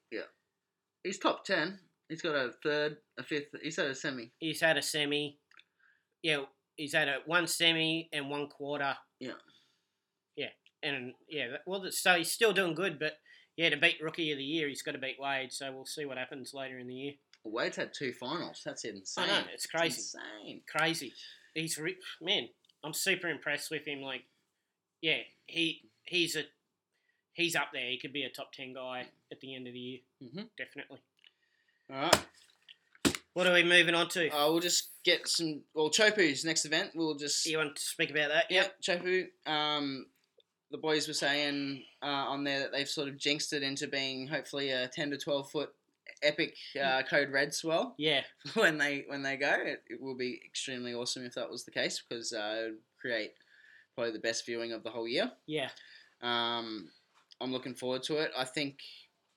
B: He's top ten. He's got a third, a fifth. He's had a semi.
A: he's had a semi. Yeah, he's had a one semi and one quarter.
B: Yeah.
A: Yeah, and yeah, that- well, so he's still doing good, but yeah, to beat Rookie of the Year, he's got to beat Wade. So we'll see what happens later in the year.
B: Wade's had two finals. That's insane.
A: I know it's crazy,
B: It's insane.
A: crazy. He's re- man, I'm super impressed with him. Like, yeah, he he's a he's up there. He could be a top ten guy at the end of the year,
B: Mhm.
A: definitely.
B: All right.
A: What are we moving on to?
B: Uh, we'll just get some. Well, Chopu's next event. We'll just.
A: you want to speak about that?
B: Yeah, Chopu. Um, the boys were saying uh, on there that they've sort of jinxed it into being hopefully a ten to twelve foot epic uh,
A: Hmm.
B: code red swell
A: Yeah.
B: when they when they go. It, it will be extremely awesome if that was the case because uh, it would create probably the best viewing of the whole year.
A: Yeah.
B: Um, I'm looking forward to it. I think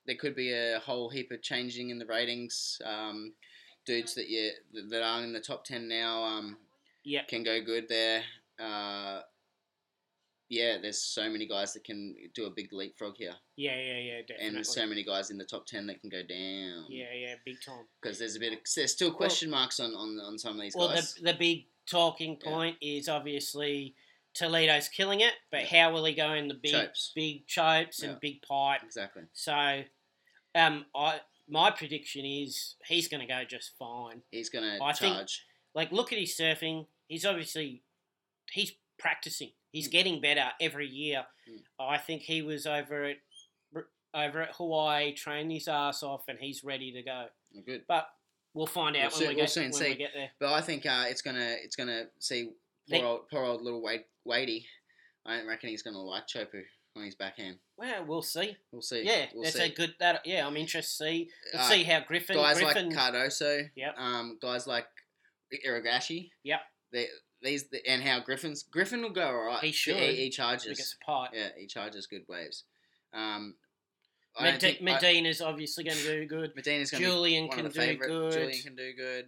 B: there could be a whole heap of changing in the ratings. Um, dudes that you that are in the top ten now um,
A: Yep.
B: can go good there. Uh, yeah, there's so many guys that can do a big leapfrog here,
A: Yeah, yeah, yeah, definitely.
B: and there's so many guys in the top ten that can go down.
A: yeah, yeah, big time.
B: because there's a bit. Of, there's still question marks on, on on some of these
A: Well, the,
B: guys.
A: the big talking
B: Yeah.
A: point is obviously Toledo's killing it, but how will he go in the big
B: Chopes.
A: big chopes and
B: Yeah.
A: big pipe?
B: exactly.
A: So, um, I my prediction is he's going to go just fine.
B: He's gonna
A: I think-
B: charge.
A: Like, look at his surfing. He's obviously he's practicing. He's getting better every year.
B: Mm.
A: I think he was over at over at Hawaii, trained his ass off, and he's ready to go.
B: Good.
A: But we'll find
B: We'll
A: out
B: see-
A: when, we,
B: we'll
A: get,
B: soon
A: when
B: see.
A: we get there.
B: But I think uh, it's gonna it's gonna see poor
A: They-
B: old poor old little Wade Wadey. I don't reckon he's gonna like Chopu on his backhand.
A: Well, we'll see.
B: We'll see.
A: Yeah,
B: we'll
A: that's
B: see.
A: a good. That yeah, I'm interested to see. Let's
B: Uh,
A: see how Griffin.
B: guys
A: Griffin
B: like Cardoso.
A: Yep.
B: Um, guys like Iragashi.
A: Yep.
B: They, these and how Griffin's Griffin will go all right.
A: He should.
B: He, he
A: pick us
B: charges.
A: apart.
B: Yeah, he charges good waves. Um, I don't think-
A: Medi-
B: I-
A: Medina's obviously going to do good.
B: Medina's gonna be
A: Julian
B: one
A: can
B: of
A: do
B: the favorite.
A: good.
B: Julian can do good.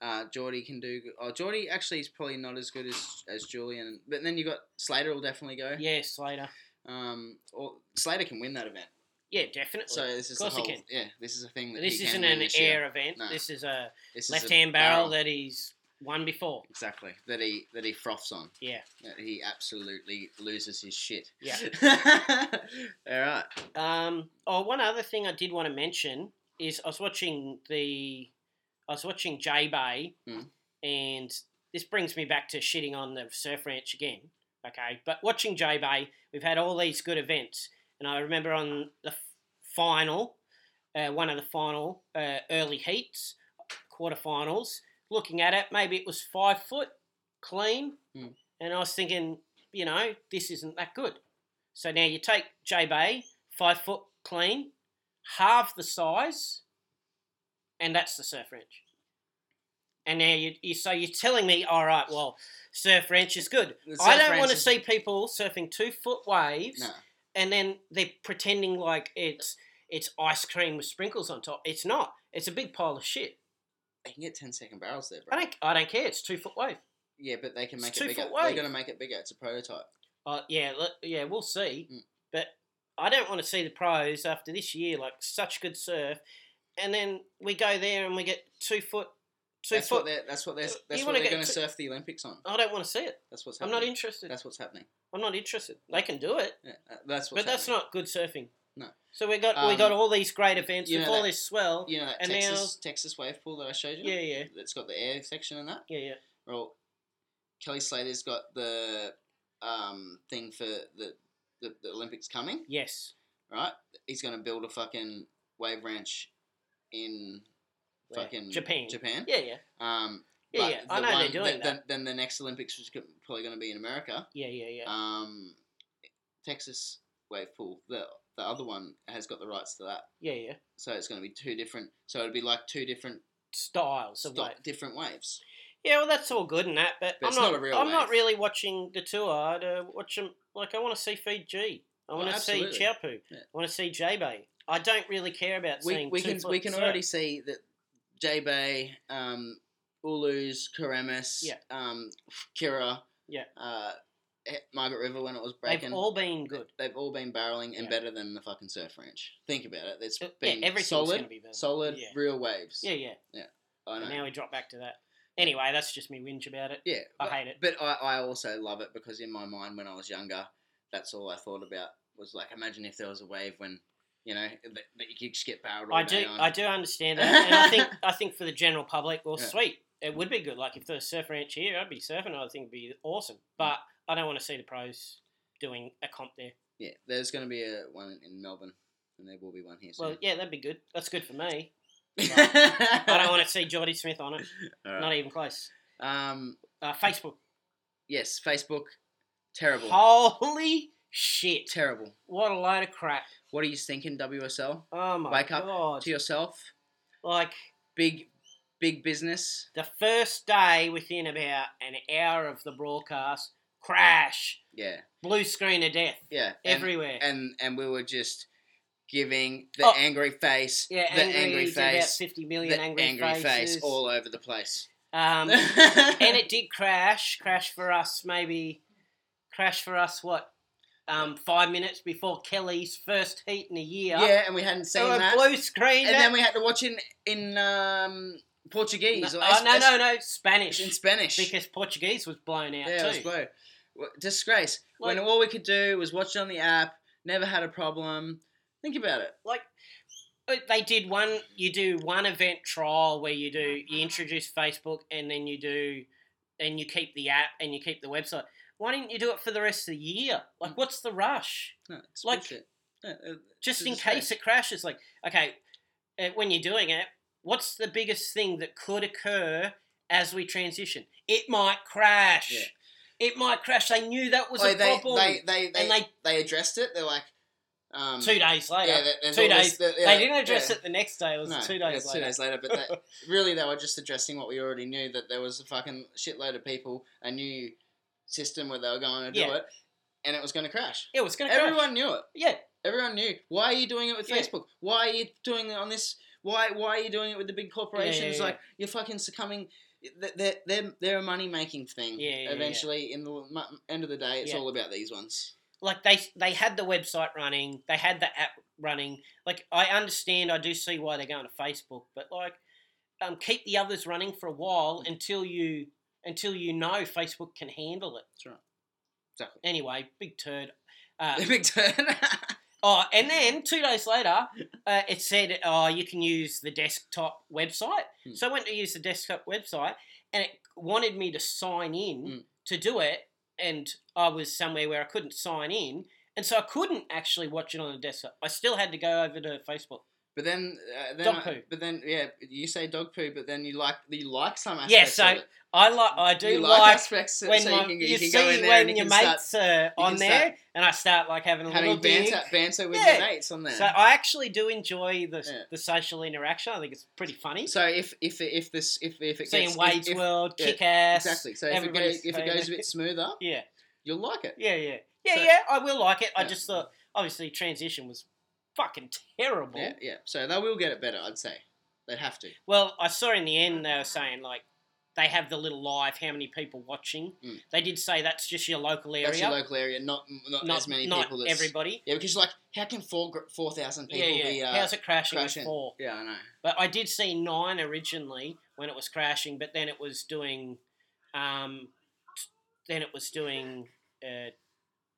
B: Uh, Geordie can do good. Oh, Geordie actually is probably not as good as as Julian. But then you got Slater will definitely go.
A: yeah, Slater.
B: Um, or Slater can win that event.
A: Yeah, definitely.
B: So this is the
A: course he
B: whole.
A: can.
B: Yeah, this is a thing that
A: this
B: he
A: isn't
B: can win
A: an
B: this year.
A: air event.
B: No.
A: This is a
B: This is a
A: left-hand barrel, that he's won before.
B: Exactly. That he that he froths on.
A: Yeah.
B: That he absolutely loses his shit.
A: Yeah.
B: All right.
A: Um. Oh, one other thing I did want to mention is I was watching the, I was watching J Bay,
B: Mm.
A: and this brings me back to shitting on the surf ranch again. Okay, but watching J Bay, we've had all these good events, and I remember on the f- final, uh, one of the final uh, early heats, quarterfinals, looking at it, maybe it was five foot clean,
B: Mm.
A: and I was thinking, you know, this isn't that good. So now you take J Bay, five foot clean, half the size, and that's the surf wrench. And now you, you so you're telling me, all right, well, surf wrench is good.
B: The
A: I
B: surf
A: don't
B: wrench
A: want to
B: is-
A: see people surfing two foot waves,
B: No.
A: and then they're pretending like it's it's ice cream with sprinkles on top. It's not. It's a big pile of shit.
B: They can get 10 second barrels there,
A: I
B: bro.
A: don't I don't care. It's two foot wave.
B: Yeah, but they can
A: It's
B: make
A: two
B: it bigger.
A: foot
B: They're
A: wide.
B: gonna make it bigger. It's a prototype.
A: Uh, yeah, look, yeah, we'll see.
B: Mm.
A: But I don't want to see the pros after this year, like such good surf, and then we go there and we get two foot, two
B: That's what
A: foot.
B: they're. That's what they're.
A: You
B: That's what
A: wanna
B: they're
A: get
B: gonna
A: to-
B: surf the Olympics on.
A: I don't want to see it.
B: That's what's
A: I'm
B: happening.
A: not interested.
B: That's what's happening.
A: I'm not interested. They can do it,
B: Yeah, uh, that's what's.
A: but that's
B: happening.
A: not good surfing.
B: No.
A: So we got we
B: Um,
A: got all these great events
B: you
A: with
B: know
A: all
B: that-
A: this swell.
B: You know that
A: and now-
B: Texas Texas wave pool that I showed you.
A: Yeah, yeah,
B: That's got the air section and that.
A: yeah, yeah.
B: Well, Kelly Slater's got the um, thing for the, the, the Olympics coming,
A: Yes.
B: right? He's going to build a fucking wave ranch in
A: Where?
B: fucking
A: Japan.
B: Japan.
A: Yeah, yeah.
B: Um,
A: Yeah,
B: but
A: yeah. I
B: the
A: know they're
B: one-
A: doing
B: then,
A: that.
B: Then, then the next Olympics was go- probably going to be in America.
A: Yeah, yeah, yeah.
B: Um, Texas wave pool. The the other one has got the rights to that,
A: yeah, yeah.
B: so it's going to be two different. So it'd be like two different
A: Styles of
B: sti-
A: like.
B: different waves.
A: Yeah, well, that's all good and that, but,
B: But
A: I'm
B: it's
A: not.
B: not a real
A: I'm not
B: wave.
A: really watching the tour to watch them. Like, I want to see Fiji. I
B: Oh,
A: want to see
B: absolutely.
A: Chiapu.
B: Yeah.
A: I want to see J Bay. I don't really care about
B: We,
A: seeing.
B: we
A: two
B: can we
A: flips,
B: can
A: so-
B: already see that J Bay, um, Ulus, Karamis,
A: Yeah.
B: um, Kira,
A: Yeah.
B: uh, eh, Margaret River when it was breaking.
A: They've all been good.
B: They've all been barreling and
A: Yeah.
B: better than the fucking surf ranch. Think about it. It's
A: Uh, Yeah,
B: been
A: everything's
B: solid,
A: gonna be better.
B: solid,
A: Yeah.
B: real waves.
A: Yeah, yeah.
B: I know.
A: And now we drop back to that. Anyway, that's just me whinge about it.
B: yeah,
A: I
B: but,
A: hate it.
B: but I, I also love it because in my mind when I was younger, that's all I thought about was like, imagine if there was a wave when, you know, that, that you could just get barreled all
A: I
B: day
A: do,
B: on.
A: I do understand that, and I think, I think for the general public, well,
B: Yeah.
A: sweet, it would be good. Like if there was a surf ranch here, I'd be surfing. I think it'd be awesome. But I don't want to see the pros doing a comp there.
B: Yeah, there's going to be a one in Melbourne, and there will be one here soon.
A: Well, yeah, that'd be good. That's good for me.
B: I
A: I don't want to see Jody Smith on it.
B: All right.
A: Not even close.
B: Um,
A: Uh, Facebook.
B: yes, Facebook, terrible,
A: Holy shit!
B: terrible.
A: What a load of crap.
B: What are you thinking, WSL?
A: Oh my
B: Wake up
A: god!
B: To yourself,
A: Like
B: big, big business.
A: the first day, within about an hour of the broadcast, crash,
B: Yeah,
A: blue screen of death
B: yeah. and-
A: everywhere.
B: and and we were just giving the
A: Oh.
B: angry face,
A: yeah,
B: the
A: angry,
B: angry
A: did about
B: face,
A: fifty
B: the
A: million
B: angry,
A: angry,
B: face
A: faces.
B: all over the place.
A: um, and
B: and
A: it did crash. Crash for us, maybe. Crash for us. What? Um, five minutes before Kelly's first heat in a year.
B: yeah, and we hadn't seen
A: So a
B: that,
A: blue screen.
B: and then we had to watch in in um, Portuguese
A: no,
B: or
A: oh,
B: Es-
A: no,
B: Es-
A: no, no, Spanish.
B: in Spanish.
A: because Portuguese was blown out
B: yeah, it
A: too.
B: was blow. W- Disgrace.
A: Like-
B: when all we could do was watch it on the app, never had a problem. Think about it.
A: like but they did one you do one event trial where you do you introduce facebook and then you do and you keep the app and you keep the website why didn't you do it for the rest of the year
B: Mm.
A: like what's the rush
B: No, it's
A: Like-
B: bullshit. No, uh,
A: just in
B: It's insane.
A: case it crashes like okay uh, when you're doing it what's the biggest thing that could occur as we transition it might crash it might crash they knew that was
B: oh,
A: a
B: they,
A: problem
B: they, they, they,
A: and they
B: they addressed it. They're like, um,
A: two days later
B: yeah, there- there's
A: two
B: all this-
A: days.
B: there- yeah,
A: they didn't address
B: yeah.
A: it the next day it was
B: No,
A: two
B: yeah,
A: days
B: it's
A: later
B: two days later. But that, really, they were just addressing what we already knew that there was a fucking shitload of people, a new system where they were going to do
A: Yeah.
B: it, and it was going to crash.
A: it was gonna
B: Everyone
A: crash.
B: knew it.
A: yeah
B: Everyone knew. Why are you doing it with
A: Yeah.
B: Facebook? Why are you doing it on this? Why Why are you doing it with the big corporations?
A: yeah,
B: Like you're fucking succumbing. th- They're they're, they're a money making thing.
A: Yeah, yeah, yeah.
B: Eventually, in the l- mu- end of the day, it's
A: Yeah.
B: all about these ones.
A: like they they had the website running, they had the app running. Like I understand, I do see why they're going to Facebook, but like um, keep the others running for a while until you until you know Facebook can handle it.
B: That's right. Exactly.
A: Anyway, big turd. Uh,
B: The big turn.
A: oh, and then two days later, uh, it said, "Oh, you can use the desktop website."
B: Hmm.
A: So I went to use the desktop website, and it wanted me to sign in
B: Hmm.
A: to do it, and I was somewhere where I couldn't sign in, and so I couldn't actually watch it on the desktop. I still had to go over to Facebook.
B: but then, uh, then
A: Dog
B: I-
A: poo.
B: But then, yeah, you say dog poo, but then you like you like some aspects.
A: Yeah, so
B: of it.
A: I like, I do
B: you
A: like.
B: aspects so-
A: when
B: so
A: my,
B: you can, you
A: you
B: can
A: see
B: go in there
A: when
B: and you
A: your
B: can start
A: mates are
B: you
A: on
B: can
A: there, and I start like having a
B: having
A: little dig.
B: banter, banter with
A: Yeah.
B: your mates on there.
A: So I actually do enjoy the,
B: Yeah.
A: the social interaction. I think it's pretty funny.
B: So if if if this if if it
A: Seeing
B: gets
A: Wade's
B: if, if,
A: World,
B: yeah,
A: kick ass.
B: exactly. So if it goes
A: everybody's
B: if it goes a
A: favourite.
B: bit smoother,
A: Yeah,
B: you'll like it.
A: yeah, yeah. Yeah,
B: So-
A: yeah, I will like it. I
B: Yeah.
A: just thought, obviously, transition was fucking terrible.
B: Yeah, yeah. So they will get it better, I'd say. They'd have to.
A: Well, I saw in the end they were saying, like, they have the little live, how many people watching.
B: Mm.
A: They did say that's just your local area.
B: That's your local area, not not,
A: not
B: as many
A: not
B: people. As,
A: everybody.
B: Yeah, because like, how can four gr- four thousand
A: Yeah,
B: people
A: yeah.
B: be? Uh,
A: How's it crashing? with
B: crashing.
A: Four.
B: yeah, I know.
A: But I did see nine originally when it was crashing, but then it was doing, um, t- then it was doing uh,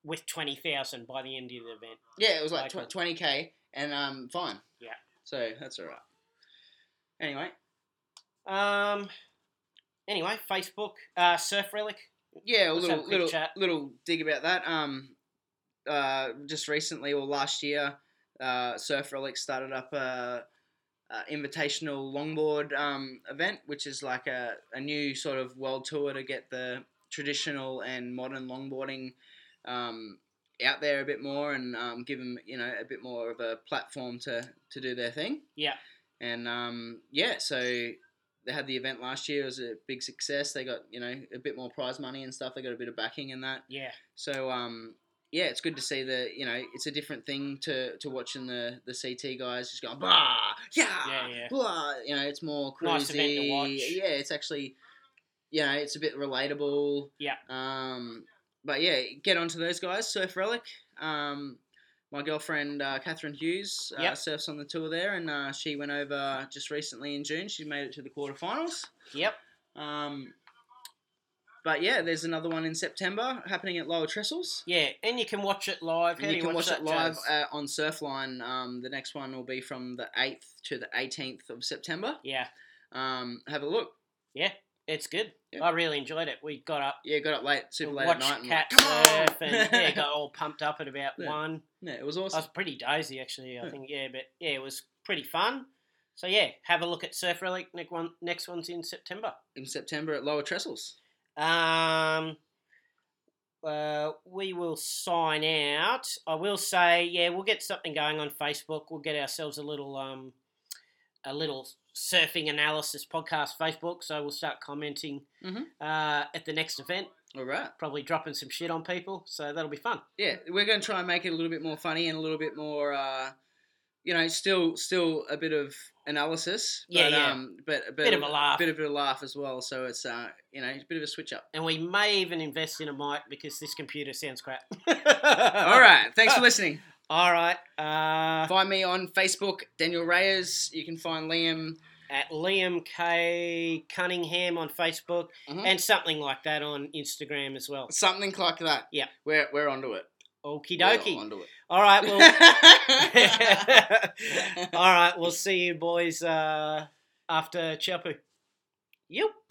A: with twenty thousand by the end of the event.
B: Yeah, it was like
A: Local.
B: twenty k and um fine.
A: Yeah.
B: So that's all right. Anyway,
A: Um, anyway, Facebook, uh, Surf Relic
B: Yeah, a
A: Let's have a
B: little
A: quick
B: little
A: chat.
B: little dig about that. Um, uh, just recently or last year, uh, Surf Relic started up a, a invitational longboard um, event, which is like a, a new sort of world tour to get the traditional and modern longboarding um, out there a bit more and um, give them you know a bit more of a platform to to do their thing.
A: Yeah.
B: And um, yeah, so they had the event last year. It was a big success. They got you know a bit more prize money and stuff. They got a bit of backing in that.
A: Yeah.
B: So um, yeah, it's good to see the you know it's a different thing to to watching the the CT guys just going blah yeah,
A: Yeah, yeah.
B: blah. You know, it's more
A: Nice
B: cruisy.
A: event to watch.
B: Yeah, it's actually you know it's a bit relatable.
A: Yeah.
B: Um, but yeah, get onto those guys. Surf Relic. Um, my girlfriend uh, Catherine Hughes uh,
A: Yep.
B: surfs on the tour there, and uh, she went over just recently in June. She made it to the quarterfinals.
A: Yep.
B: Um, but yeah, there's another one in September happening at Lower Trestles.
A: Yeah, and you can watch it live. How
B: And
A: do
B: you can watch,
A: that,
B: it live
A: James?
B: uh, on Surfline. Um, the next one will be from the 8th to the 18th of September.
A: yeah,
B: Um, have a look.
A: it's good.
B: Yeah.
A: I really enjoyed it. We got up,
B: Yeah, got up late, super late at
A: watched
B: night. And
A: cat
B: like, Come on!
A: surf, and yeah, got all pumped up at about
B: Yeah.
A: one.
B: yeah, it was
A: I
B: awesome.
A: was pretty dozy actually. I
B: Yeah.
A: think yeah, but yeah, it was pretty fun. So yeah, have a look at Surf Relic. Next one, next one's in September.
B: In September at Lower Trestles.
A: Um, uh, we will sign out. I will say, yeah, we'll get something going on Facebook. We'll get ourselves a little, um, a little surfing analysis podcast Facebook. So we'll start commenting
B: Mhm.
A: uh, at the next event.
B: All right.
A: Probably dropping some shit on people. So that'll be fun.
B: yeah, we're going to try and make it a little bit more funny and a little bit more, uh, you know, still still a bit of analysis.
A: Yeah,
B: but,
A: yeah.
B: Um, but a bit,
A: Bit of a laugh.
B: bit of a laugh as well. So it's uh, you know, it's a bit of a switch up.
A: And we may even invest in a mic because this computer sounds crap. Ah.
B: All right, thanks for listening.
A: All right. Uh,
B: Find me on Facebook, Daniel Reyes. You can find Liam.
A: at Liam K Cunningham on Facebook
B: Mhm.
A: and something like that on Instagram as well.
B: Something like that.
A: Yeah.
B: we're we're onto it.
A: Okie
B: We're
A: dokie.
B: onto it.
A: All right. Well. All right. We'll see you boys uh, after Chapu. Yep.